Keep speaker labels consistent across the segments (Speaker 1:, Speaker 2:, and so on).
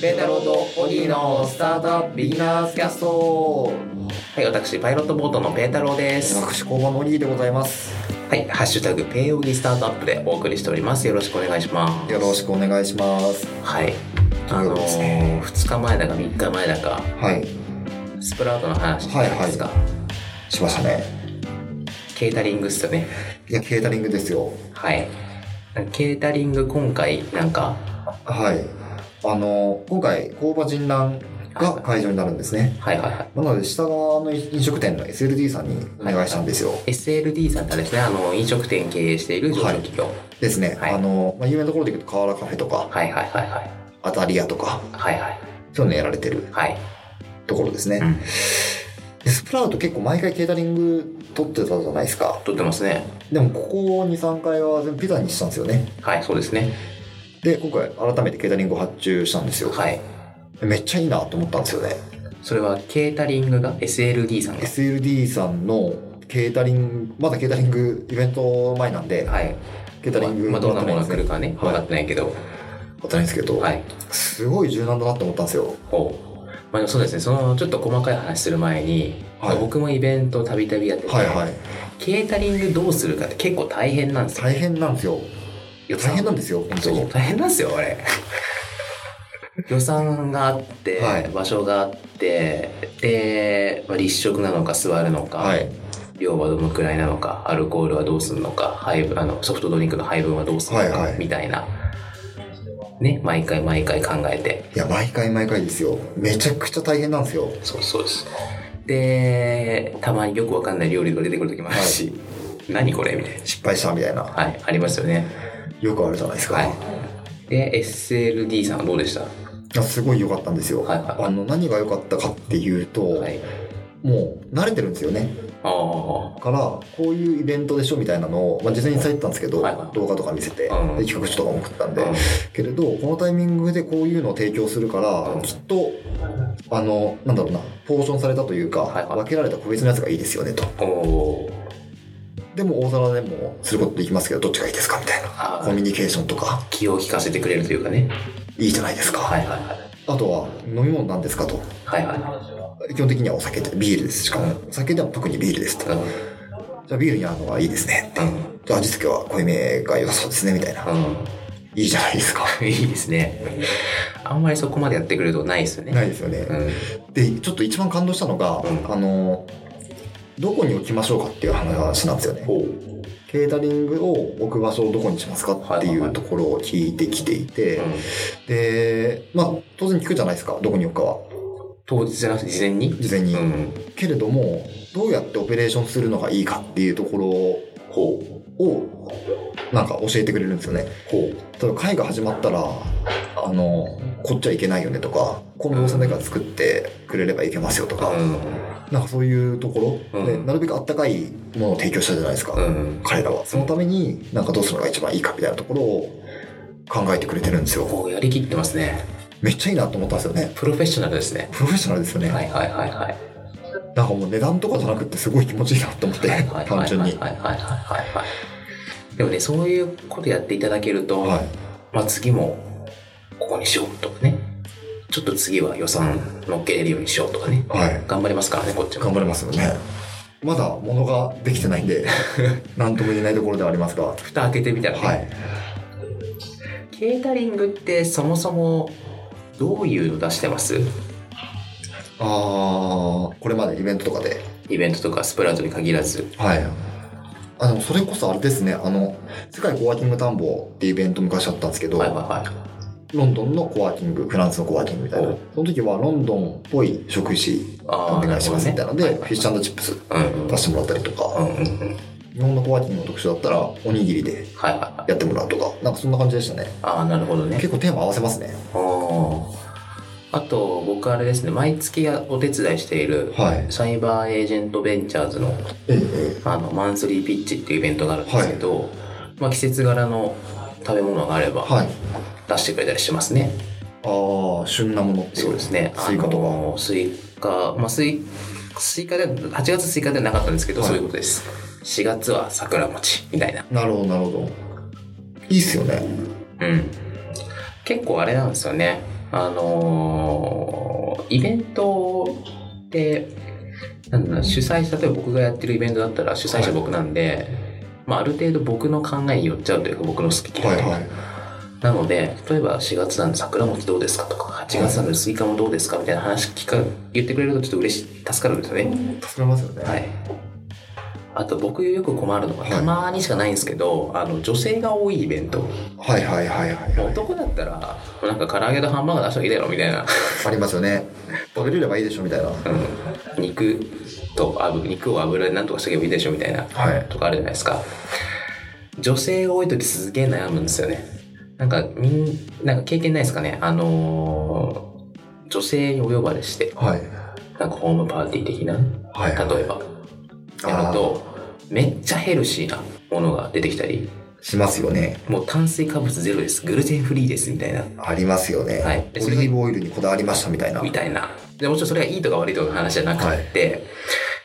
Speaker 1: ペータローとオギーのスタートアップビギナーズキャストはい、私、パイロットボートのペータローです。は
Speaker 2: 私工場のおにぎりでございます
Speaker 1: い、ハッシュタグ、ペイオギスタートアップでお送りしております。よろしくお願いします。
Speaker 2: よろしくお願いします
Speaker 1: はい。あの
Speaker 2: そうです
Speaker 1: ー、2日前だか3日前だか、
Speaker 2: はい
Speaker 1: スプラウトの話じゃないですか。
Speaker 2: しましたね
Speaker 1: ケータリングっすよね。
Speaker 2: いやケータリングですよ
Speaker 1: はい。ケータリング今回、なんか、
Speaker 2: はいあの今回工場人覧が会場になるんですね
Speaker 1: はいはいはい。
Speaker 2: なので下側の飲食店の SLD さんにお願いしたんですよ、
Speaker 1: SLD さんってあれですね、あの、飲食店経営している上場企業。
Speaker 2: ですね、
Speaker 1: はい
Speaker 2: あの、まあ、有名なところで言うと河原カフェとか
Speaker 1: はいはいはいはい。
Speaker 2: アタリアとか
Speaker 1: はいはい。
Speaker 2: そういうのやられてる
Speaker 1: はい。
Speaker 2: ところですね、
Speaker 1: うん
Speaker 2: でスプラウト結構毎回ケータリング取ってたじゃないですか
Speaker 1: 撮ってますね。
Speaker 2: でもここ23回は全部ピザにしたんですよね
Speaker 1: はい、そうですね。
Speaker 2: で今回改めてケータリングを発注したんですよ、
Speaker 1: はい。
Speaker 2: めっちゃいいなと思ったんですよね
Speaker 1: それはケータリングが SLD さんです。
Speaker 2: SLD さんのケータリングまだケータリングイベント前なんで、
Speaker 1: はい。
Speaker 2: ケータリング
Speaker 1: まあ、どんなものが来
Speaker 2: 分
Speaker 1: るかね、
Speaker 2: はい
Speaker 1: 分かってないけど。
Speaker 2: かってないんですけど、
Speaker 1: はい。
Speaker 2: すごい柔軟だなと思ったんですよ
Speaker 1: ほう。まあ、でもそうですね、そのちょっと細かい話する前に、
Speaker 2: はい
Speaker 1: 僕もイベントたびたびやってて、
Speaker 2: はいはい
Speaker 1: ケータリングどうするかって結構大変なんですよ。
Speaker 2: 大変なんですよ
Speaker 1: 予
Speaker 2: 大変
Speaker 1: な
Speaker 2: なんですよ本当に
Speaker 1: 大変なんですよ、あれ。 予算があって、
Speaker 2: はい
Speaker 1: 場所があって、で、まあ、立食なのか座るのか、
Speaker 2: はい
Speaker 1: 量はどのくらいなのかアルコールはどうするのか配分あのソフトドリンクの配分はどうするのか、
Speaker 2: はいはい
Speaker 1: みたいなね毎回毎回考えて
Speaker 2: いや毎回毎回ですよめちゃくちゃ大変なんですよ
Speaker 1: そうそうですでたまによくわかんない料理が出てくる時もあるし、何これみたい
Speaker 2: 失敗したみたいな
Speaker 1: なはいありますよね
Speaker 2: よくあるじゃないですか、
Speaker 1: はいで SLD さんはどうでした
Speaker 2: いやすごい良かったんですよ、
Speaker 1: はいはい
Speaker 2: あの何が良かったかっていうと、
Speaker 1: はい
Speaker 2: もう慣れてるんですよね
Speaker 1: ああ
Speaker 2: からこういうイベントでしょみたいなのを、まあ、実際に伝えてたんですけど、
Speaker 1: はいはい
Speaker 2: 動画とか見せて、
Speaker 1: うん
Speaker 2: で企画書とかも送ったんで、
Speaker 1: うん
Speaker 2: けれどこのタイミングでこういうのを提供するから、
Speaker 1: うん
Speaker 2: きっとあのなんだろうなポーションされたというか、
Speaker 1: はいはい
Speaker 2: 分けられた個別のやつがいいですよねと
Speaker 1: おー
Speaker 2: でも大皿でもすることできますけどどっちがいいですかみたいな
Speaker 1: あ
Speaker 2: コ
Speaker 1: ー
Speaker 2: ミュニケーションとか
Speaker 1: 気を利かせてくれるというかね
Speaker 2: いいじゃないですか、
Speaker 1: はいはいはい
Speaker 2: あとは飲み物なんですかと
Speaker 1: はいは
Speaker 2: 基本的にはお酒でビールですしかもお酒では特にビールですと
Speaker 1: いうん
Speaker 2: じゃあビールに合うのがいいですね
Speaker 1: うん
Speaker 2: じゃあ味付けは濃いめが良さそうですねみたいな
Speaker 1: うん
Speaker 2: いいじゃないですか
Speaker 1: い いですね。あんまりそこまでやってくれるとないですよね。
Speaker 2: ないですよね
Speaker 1: うん。はい
Speaker 2: でちょっと一番感動したのが、
Speaker 1: うん
Speaker 2: あのどこに置きましょうかっていう話なんですよねケータリングを置く場所をどこにしますかって
Speaker 1: はい
Speaker 2: い
Speaker 1: はいは
Speaker 2: う
Speaker 1: い
Speaker 2: ところを聞いてきていて、
Speaker 1: うん
Speaker 2: でまあ当然聞くじゃないですかどこに置くかは
Speaker 1: 当日じゃなくて事前に。
Speaker 2: 事前に、
Speaker 1: うん。
Speaker 2: けれどもどうやってオペレーションするのがいいかっていうとこ
Speaker 1: ほ
Speaker 2: ろをなんか教えてくれるんですよね
Speaker 1: う。ほう。
Speaker 2: 例えば会が始まったらあのこっちはいけないよねとかこの動線だけは作ってくれればいけますよとか、
Speaker 1: うん。
Speaker 2: なんかそういうところ、
Speaker 1: うん
Speaker 2: でなるべくあったかいものを提供したじゃないですか、
Speaker 1: うん。
Speaker 2: 彼らはそのためになんかどうするのが一番いいかみたいなところを考えてくれてるんですよ
Speaker 1: こうやりきってますね。
Speaker 2: めっちゃいいなと思ったんですよね
Speaker 1: プロフェッショナルですね。
Speaker 2: プロフェッショナルですよね、
Speaker 1: はいはいはいはい。
Speaker 2: なんかもう値段とかじゃなくてすごい気持ちいいなと思って
Speaker 1: はいはいはい
Speaker 2: 単純に
Speaker 1: はいはいはいはいはい。でもね、そういうことやっていただけると、
Speaker 2: はい
Speaker 1: まあ次もここにしようとかね。ちょっと次は予算乗っけれるようにしようとかね。
Speaker 2: はい
Speaker 1: 頑張りますからね、こっちも。
Speaker 2: 頑張れますよねまだ物ができてない んで何とも言えないところではありますがは
Speaker 1: 蓋開けてみたらね。
Speaker 2: い
Speaker 1: ケータリングってそもそもどういうの出してます
Speaker 2: ああこれまでイベントとかで
Speaker 1: イベントとかスプラウトに限らず
Speaker 2: はい。あの、それこそあれですね、あの、世界コワーキング探訪っていうイベント昔あったんですけど、
Speaker 1: はいはい
Speaker 2: ロンドンのコワーキング、フランスのコワーキングみたい
Speaker 1: お
Speaker 2: な。その時はロンドンっぽい食事
Speaker 1: あー
Speaker 2: お
Speaker 1: な
Speaker 2: 願い
Speaker 1: る
Speaker 2: し
Speaker 1: ほど
Speaker 2: ます
Speaker 1: ね
Speaker 2: みたいなので、フィッシュチップス
Speaker 1: はいうんうん
Speaker 2: 出してもらったりとか、
Speaker 1: うんうんうん
Speaker 2: 日本のコワーキングの特集だったらおにぎりで
Speaker 1: はいはい
Speaker 2: やってもらうとか、なんかそんな感じでしたね。
Speaker 1: ああなるほどね
Speaker 2: 結構テーマ合わせますね。
Speaker 1: おーあと僕あれですね毎月お手伝いしている
Speaker 2: はい。
Speaker 1: サイバーエージェントベンチャーズの
Speaker 2: えええ
Speaker 1: あのマンスリーピッチっていうイベントがあるんですけど、まあ、季節柄の食べ物があれ
Speaker 2: え
Speaker 1: ば
Speaker 2: はい。
Speaker 1: 出してくれたりしてますね、
Speaker 2: ああ、旬なものってい
Speaker 1: そうですね。
Speaker 2: スイカとか
Speaker 1: あのースイカ、まあ、スイ、スイカで、8月スイカではなかったんですけど、
Speaker 2: はい
Speaker 1: そういうことです。4月は桜餅、みたいな。
Speaker 2: なるほど、なるほど。いいっすよね。
Speaker 1: うん。結構あれなんですよね。あのーイベントって、なんだろう主催者、例えば僕がやってるイベントだったら主催者僕なんで、まあ、ある程度僕の考えに寄っちゃうというか、僕の好き嫌いとか、
Speaker 2: はいはい
Speaker 1: なので、例えば4月なんで桜餅どうですかとか、8月なんでスイカもどうですかみたいな話聞か、言ってくれるとちょっと嬉しい、助かるんですよね。
Speaker 2: 助かりますよね。
Speaker 1: はい。あと僕よく困るのが、
Speaker 2: はい
Speaker 1: たまにしかないんですけど、あの、女性が多いイベント。
Speaker 2: はいはいはいはいはい。
Speaker 1: 男だったら、なんか唐揚げとハンバーガー出したらいいだろみたいな。
Speaker 2: ありますよね。食べれればいいでしょみたいな。は
Speaker 1: うん肉と油、肉を油でなんとかしとけばいいでしょみたいな。
Speaker 2: い。
Speaker 1: とかあるじゃないですか。女性が多い時すげえ悩むんですよね。なんか、みん、なんか経験ないですかねあのー女性にお呼ばれして、
Speaker 2: はい。
Speaker 1: なんかホームパーティー的な、
Speaker 2: はい。
Speaker 1: 例えば、やると、めっちゃヘルシーなものが出てきたり、
Speaker 2: しますよね。
Speaker 1: もう炭水化物ゼロです、グルテンフリーです、みたいな、
Speaker 2: ありますよね。
Speaker 1: はい
Speaker 2: オリーブオイルにこだわりましたみたいな。
Speaker 1: みたいな。でもちろんそれがいいとか悪いとかの話じゃなくて、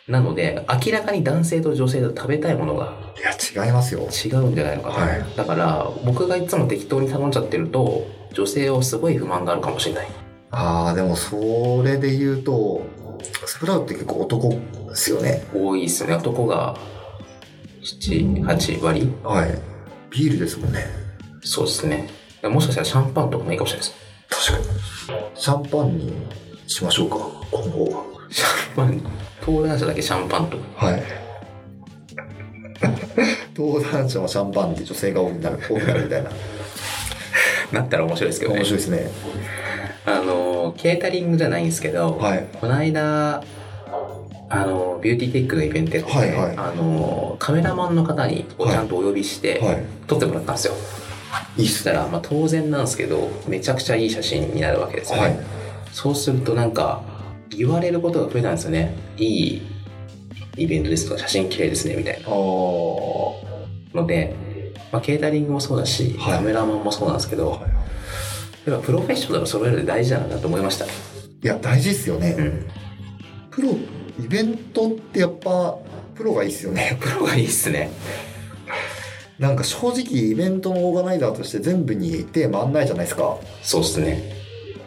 Speaker 1: なので、明らかに男性と女性と食べたいものが
Speaker 2: いや、違いますよ。
Speaker 1: 違うんじゃないのかな、
Speaker 2: はい
Speaker 1: だから僕がいつも適当に頼んじゃってると女性をすごい不満があるかもしれない
Speaker 2: ああ、でもそれで言うと、スプラウトって結構男ですよね。
Speaker 1: 多いですよね男が78割
Speaker 2: はい。ビールですもんね。
Speaker 1: そうですねもしかしたらシャンパンとかもいいかもしれないです
Speaker 2: 確かに。シャンパンにしましょうか、今後は。
Speaker 1: シャンパン登壇者だけシャンパンと
Speaker 2: はい。登壇者はシャンパンで女性が多くなる、多くなるみ たいな。
Speaker 1: なったら面白いですけどね
Speaker 2: 面白いですね。
Speaker 1: あのケータリングじゃないんですけど、
Speaker 2: はい。
Speaker 1: この間あのビューティーテックのイベントで、
Speaker 2: はいはい
Speaker 1: あのカメラマンの方にをちゃんとお呼びして、
Speaker 2: は
Speaker 1: 撮ってもらったんですよ
Speaker 2: い。いいっ
Speaker 1: そし
Speaker 2: す
Speaker 1: た
Speaker 2: ね。
Speaker 1: ら、まあ、当然なんですけどめちゃくちゃいい写真になるわけですよね、
Speaker 2: はい。
Speaker 1: そうするとなんか言われることが増えたんですよねいいイベントですとか写真綺麗ですねみたいな
Speaker 2: ああ。
Speaker 1: ので、まあ、ケータリングもそうだし、
Speaker 2: はい
Speaker 1: カメラマンもそうなんですけど、やっぱプロフェッショナルを揃えるって大事なんだなと思いました
Speaker 2: いや、大事っすよね。
Speaker 1: うん
Speaker 2: プロ、イベントってやっぱ、プロがいいっすよね。
Speaker 1: プロがいいっすね
Speaker 2: なんか正直イベントのオーガナイザーとして全部にテーマ案内じゃないですか
Speaker 1: そうっすね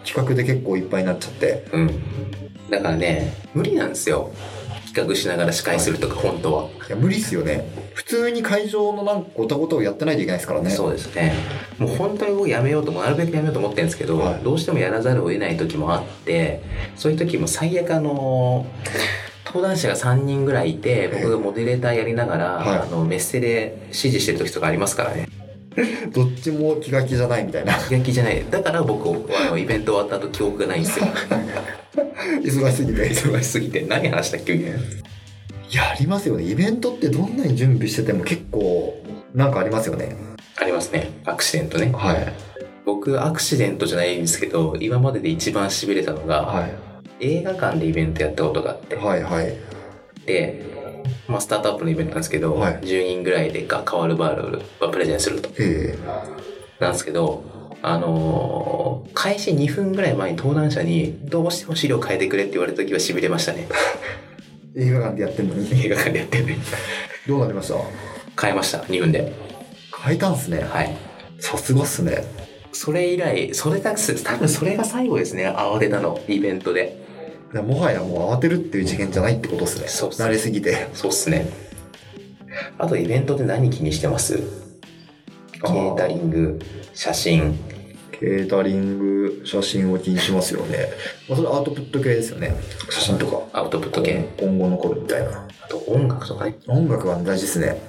Speaker 2: 企画で結構いっぱいになっちゃって
Speaker 1: うんだからね無理なんですよ企画しながら司会するとか本当は、
Speaker 2: いや無理っすよね普通に会場のなんかごたごたをやってないといけないですからね
Speaker 1: そうですねもう本当に僕やめようともなるべくやめようと思ってるんですけど、
Speaker 2: はい
Speaker 1: どうしてもやらざるを得ない時もあってそういう時も最悪あの登壇者が3人ぐらいいて僕がモデレーターやりながら、
Speaker 2: はい
Speaker 1: あのメッセで指示してる時とかありますからね
Speaker 2: どっちも気が気じゃないみたいな
Speaker 1: 気が気じゃないだから僕あのイベント終わった後記憶がないんですよ
Speaker 2: 忙しすぎて
Speaker 1: 忙しすぎて何話したっけみたいない
Speaker 2: やありますよねイベントってどんなに準備してても結構なんかありますよね
Speaker 1: ありますねアクシデントね
Speaker 2: はい
Speaker 1: 僕アクシデントじゃないんですけど今までで一番しびれたのが、
Speaker 2: はい
Speaker 1: 映画館でイベントやったことがあって、
Speaker 2: はいはい
Speaker 1: で、まあ、スタートアップのイベントなんですけど、
Speaker 2: はい
Speaker 1: 10人ぐらいでが変わるバールをプレゼンすると
Speaker 2: え
Speaker 1: なんですけどあのー開始2分ぐらい前に登壇者にどうしても資料変えてくれって言われた時はしびれましたね
Speaker 2: え映画館でやってんのに
Speaker 1: 映画館でやってね
Speaker 2: どうなりました
Speaker 1: 変えました2分で
Speaker 2: 変えたんすね
Speaker 1: はい
Speaker 2: さすがっすね
Speaker 1: それ以来それが多分それが最後ですね慌てたのイベントで
Speaker 2: いやもはやもう慌てるっていう次元じゃないってことっすね
Speaker 1: そうっす
Speaker 2: 慣れすぎて
Speaker 1: そうっすねあとイベントで何気にしてますケ
Speaker 2: あー
Speaker 1: ータリング写真
Speaker 2: ケータリング写真を気にしますよね、まあ、それアウトプット系ですよね写真とか
Speaker 1: アウトプット系
Speaker 2: 今後残るみたいな
Speaker 1: あと音楽とかね
Speaker 2: 音楽は大事ですね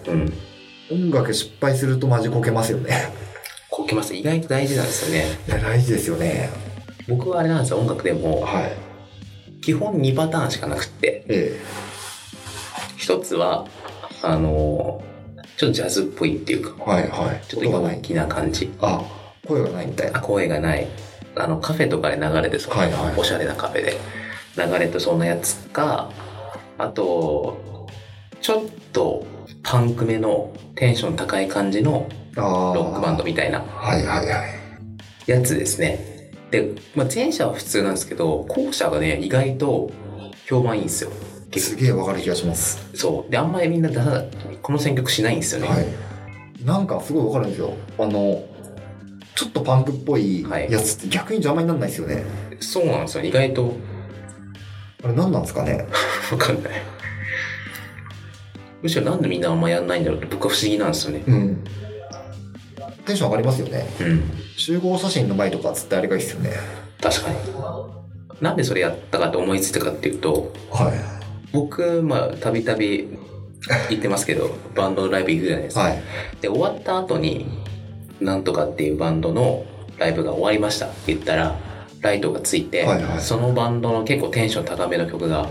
Speaker 1: うん
Speaker 2: 音楽失敗するとマジこけますよね
Speaker 1: こけます意外と大事なんですよね
Speaker 2: いや大事ですよね
Speaker 1: 僕はあれなんですよ音楽でも
Speaker 2: はい
Speaker 1: 基本2パターンしかなくって
Speaker 2: え
Speaker 1: 一つはあのちょっとジャズっぽいっていうか
Speaker 2: えはいはい
Speaker 1: ちょっと
Speaker 2: 音がな
Speaker 1: 大
Speaker 2: い
Speaker 1: きな感じ
Speaker 2: あ声がないみたい
Speaker 1: あ
Speaker 2: な
Speaker 1: 声がないあのカフェとかで流れてそう、
Speaker 2: はいはい
Speaker 1: おしゃれなカフェで流れてそんなやつかあとちょっとパンクめのテンション高い感じの
Speaker 2: あ
Speaker 1: ロックバンドみたいな
Speaker 2: はいはいはい
Speaker 1: やつですねで、まあ、前者は普通なんですけど後者がね意外と評判いいんですよ
Speaker 2: すげえわかる気がします、
Speaker 1: そうであんまりみんな出さないこの選曲しないんですよね、
Speaker 2: はいなんかすごいわかるんですよあのちちょっとパンクっぽいやつって逆に邪魔にならないですよね。
Speaker 1: そうなんですよ、意外と。
Speaker 2: あれ何なんですかね。
Speaker 1: わかんない。むしろなんでみんなあんまやんないんだろうって僕は不思議なんですよね。
Speaker 2: うん。テンション上がりますよね。
Speaker 1: うん。
Speaker 2: 集合写真の前とかつってあれがいいですよね。
Speaker 1: 確かに。なんでそれやったかと思いついたかっていうと、
Speaker 2: は
Speaker 1: 僕、まあ、たびたび行ってますけど、バンドのライブ行くじゃないですか。
Speaker 2: はい。
Speaker 1: で、終わった後に、なんとかっていうバンドのライブが終わりましたって言ったら、ライトがついて、
Speaker 2: はいはい
Speaker 1: そのバンドの結構テンション高めの曲が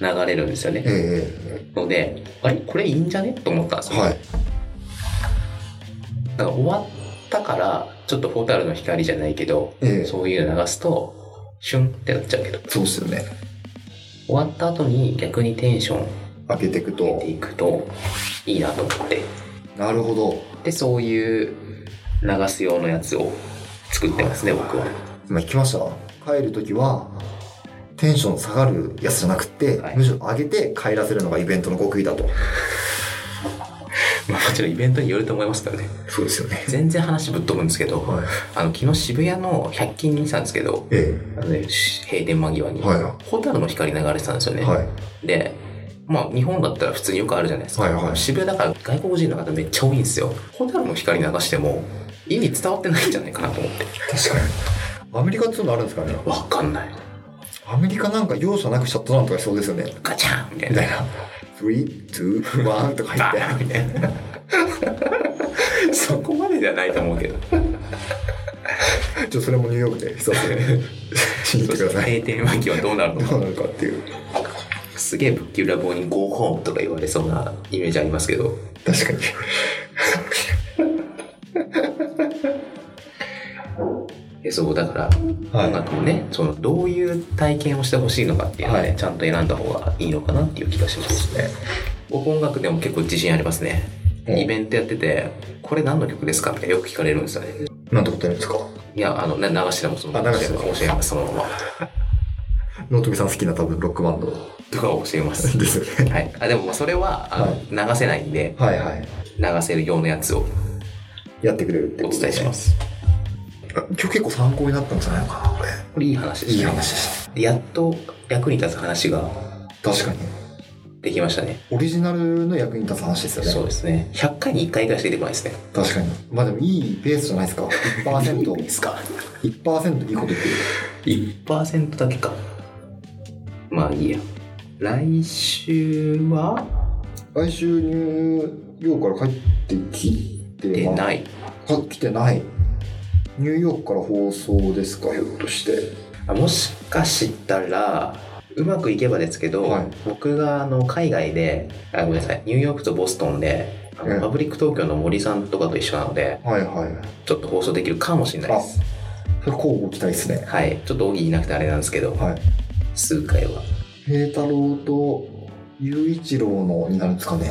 Speaker 1: 流れるんですよね。
Speaker 2: え
Speaker 1: ので、あれこれいいんじゃねと思ったんで
Speaker 2: え
Speaker 1: すよ。
Speaker 2: はい。
Speaker 1: だから終わったから、ちょっとフォータルの光じゃないけど、
Speaker 2: ええ
Speaker 1: そういうの流すと、シュンってなっちゃうけど、
Speaker 2: そうですよね。
Speaker 1: 終わった後に逆にテンション
Speaker 2: 開けてい
Speaker 1: 上げ
Speaker 2: くと
Speaker 1: て。いくといいなと思って。
Speaker 2: なるほど。
Speaker 1: で、そういう流す用のやつを作ってますね、僕は。
Speaker 2: 今聞きました帰るときは、テンション下がるやつじゃなくて、
Speaker 1: はい
Speaker 2: むしろ上げて帰らせるのがイベントの極意だと。
Speaker 1: まあもちろんイベントによると思いますからね。
Speaker 2: そうですよね。
Speaker 1: 全然話ぶっ飛ぶんですけど、
Speaker 2: はい。
Speaker 1: あの、昨日渋谷の100均に行ってたんですけど、
Speaker 2: え
Speaker 1: あのね、閉店間際に、
Speaker 2: え
Speaker 1: ホ
Speaker 2: はい。
Speaker 1: タルの光流れてたんですよね。
Speaker 2: はい。
Speaker 1: で、まあ日本だったら普通によくあるじゃないですか。
Speaker 2: はいはい
Speaker 1: 渋谷だから外国人の方めっちゃ多いんですよ。ホタルの光流しても意味伝わってないんじゃないかなと思って。
Speaker 2: 確かに。アメリカってそういうのあるんですかね
Speaker 1: わかんない。
Speaker 2: アメリカなんか容赦なくシャットダウンとかしそうですよね。
Speaker 1: ガチャンみたい
Speaker 2: み
Speaker 1: な
Speaker 2: たい。な。3、2、1とか言
Speaker 1: バ
Speaker 2: って。
Speaker 1: ーンみたいな。 そこまでじゃないと思うけど。
Speaker 2: ちょっとそれもニューヨークで一つしに行ってください。
Speaker 1: 閉店間際どうなるの
Speaker 2: どう
Speaker 1: か。
Speaker 2: なるかっていう。
Speaker 1: すげえぶっきらぼうに Go home とか言われそうなイメージありますけど。
Speaker 2: 確かに。
Speaker 1: えそう、だから、
Speaker 2: はい
Speaker 1: 音楽もね、その、どういう体験をしてほしいのかっていうのをね、
Speaker 2: はい
Speaker 1: ちゃんと選んだ方がいいのかなっていう気がしますね。僕音楽でも結構自信ありますね。
Speaker 2: うん
Speaker 1: イベントやってて、これ何の曲ですかってよく聞かれるんですよね。
Speaker 2: なんてことやるんですか
Speaker 1: いや、あの、ね、流してもそのま
Speaker 2: あ
Speaker 1: ま
Speaker 2: 流
Speaker 1: 教
Speaker 2: しても
Speaker 1: えます、そのまま。
Speaker 2: 納富さん好きな多分ロックバンド
Speaker 1: とかを教え ます。
Speaker 2: ですよね。
Speaker 1: はい。あでも、それは、あ
Speaker 2: は
Speaker 1: の流せないんで、
Speaker 2: はいはい。
Speaker 1: 流せるようなやつを
Speaker 2: やってくれるって
Speaker 1: お
Speaker 2: こと
Speaker 1: 伝え
Speaker 2: で
Speaker 1: し
Speaker 2: す
Speaker 1: ま
Speaker 2: ね。
Speaker 1: す。
Speaker 2: 今日結構参考になったんじゃないのかな、こ
Speaker 1: これいい話
Speaker 2: れ。
Speaker 1: でし
Speaker 2: い
Speaker 1: た
Speaker 2: い
Speaker 1: ね
Speaker 2: 話でし
Speaker 1: やっと役に立つ話が
Speaker 2: た。確かに。
Speaker 1: できましたね。
Speaker 2: オリジナルの役に立つ話ですよね。
Speaker 1: そうですね。100回に1回ぐらいしか出てこないですね。
Speaker 2: 確かに。まあでもいいペースじゃない ですか。
Speaker 1: いいで
Speaker 2: 1%。
Speaker 1: すか
Speaker 2: 1%いいこと言ってる。
Speaker 1: 1%だけかまあいいや来週は
Speaker 2: 来週ニューヨークから帰ってきて
Speaker 1: 出
Speaker 2: い。
Speaker 1: ない
Speaker 2: か来てない。ニューヨークから放送ですか、ひょっとして。
Speaker 1: あもしかしたらうまくいけばですけど、
Speaker 2: はい
Speaker 1: 僕があの海外であごめんなさいニューヨークとボストンであの
Speaker 2: ええ
Speaker 1: パブリック東京の森さんとかと一緒なので
Speaker 2: はいはい。
Speaker 1: ちょっと放送できるかもしれない
Speaker 2: あ、
Speaker 1: で
Speaker 2: そ
Speaker 1: す
Speaker 2: れ交互期待ですね。
Speaker 1: はいちょっと荻いなくてあれなんですけど
Speaker 2: はい。
Speaker 1: 数回は
Speaker 2: ペータローと雄一郎のになるんですかね。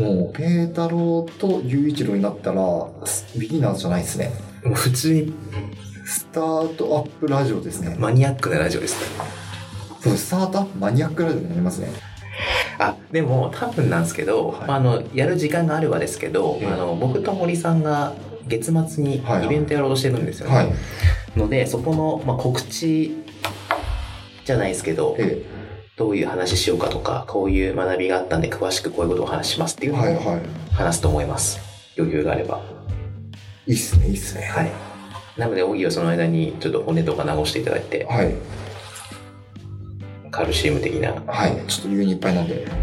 Speaker 2: もう、ペータローと雄一郎になったら、スビギナーズじゃないですね。
Speaker 1: もう普通に
Speaker 2: スタートアップラジオですね。
Speaker 1: マニアックなラジオですね
Speaker 2: そう、スタートアップマニアックラジオになりますね。
Speaker 1: あでも多分なんですけど、
Speaker 2: はい
Speaker 1: まあ、あのやる時間があればですけど、
Speaker 2: ええ
Speaker 1: あの僕と森さんが月末に
Speaker 2: はいはい
Speaker 1: イベントやろうとしてるんですよね、
Speaker 2: はい。
Speaker 1: のでそこの、まあ、告知じゃないですけど
Speaker 2: え
Speaker 1: どういう話しようかとかこういう学びがあったんで詳しくこういうことをお話ししますってい
Speaker 2: え
Speaker 1: う
Speaker 2: はい
Speaker 1: のを
Speaker 2: はい。
Speaker 1: 話すと思います、余裕があれば
Speaker 2: いいっすね、いいっすね。
Speaker 1: はいなので荻はその間にちょっと骨とか直していただいて
Speaker 2: はい。
Speaker 1: カルシウム的なは
Speaker 2: はい。ちょっと牛にいっぱいなんで、
Speaker 1: いな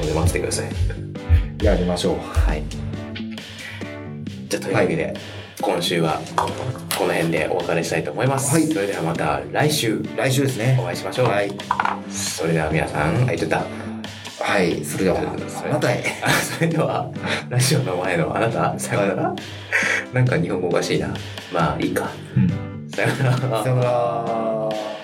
Speaker 1: ので待ってください
Speaker 2: やりましょう。
Speaker 1: はい。じゃあというわけで、今週はこの辺でお別れしたいと思います。
Speaker 2: はい
Speaker 1: それではまた来週
Speaker 2: 来週ですね
Speaker 1: お。会いしましょう。
Speaker 2: はい。
Speaker 1: それでは皆さん、あ、言っちゃった。
Speaker 2: はい。それでは、あなたへ。
Speaker 1: あ それでは、ラジオの前のあなた、さようなら。なんか日本語おかしいな。まあいいか。
Speaker 2: うん
Speaker 1: さようなら
Speaker 2: さよなら。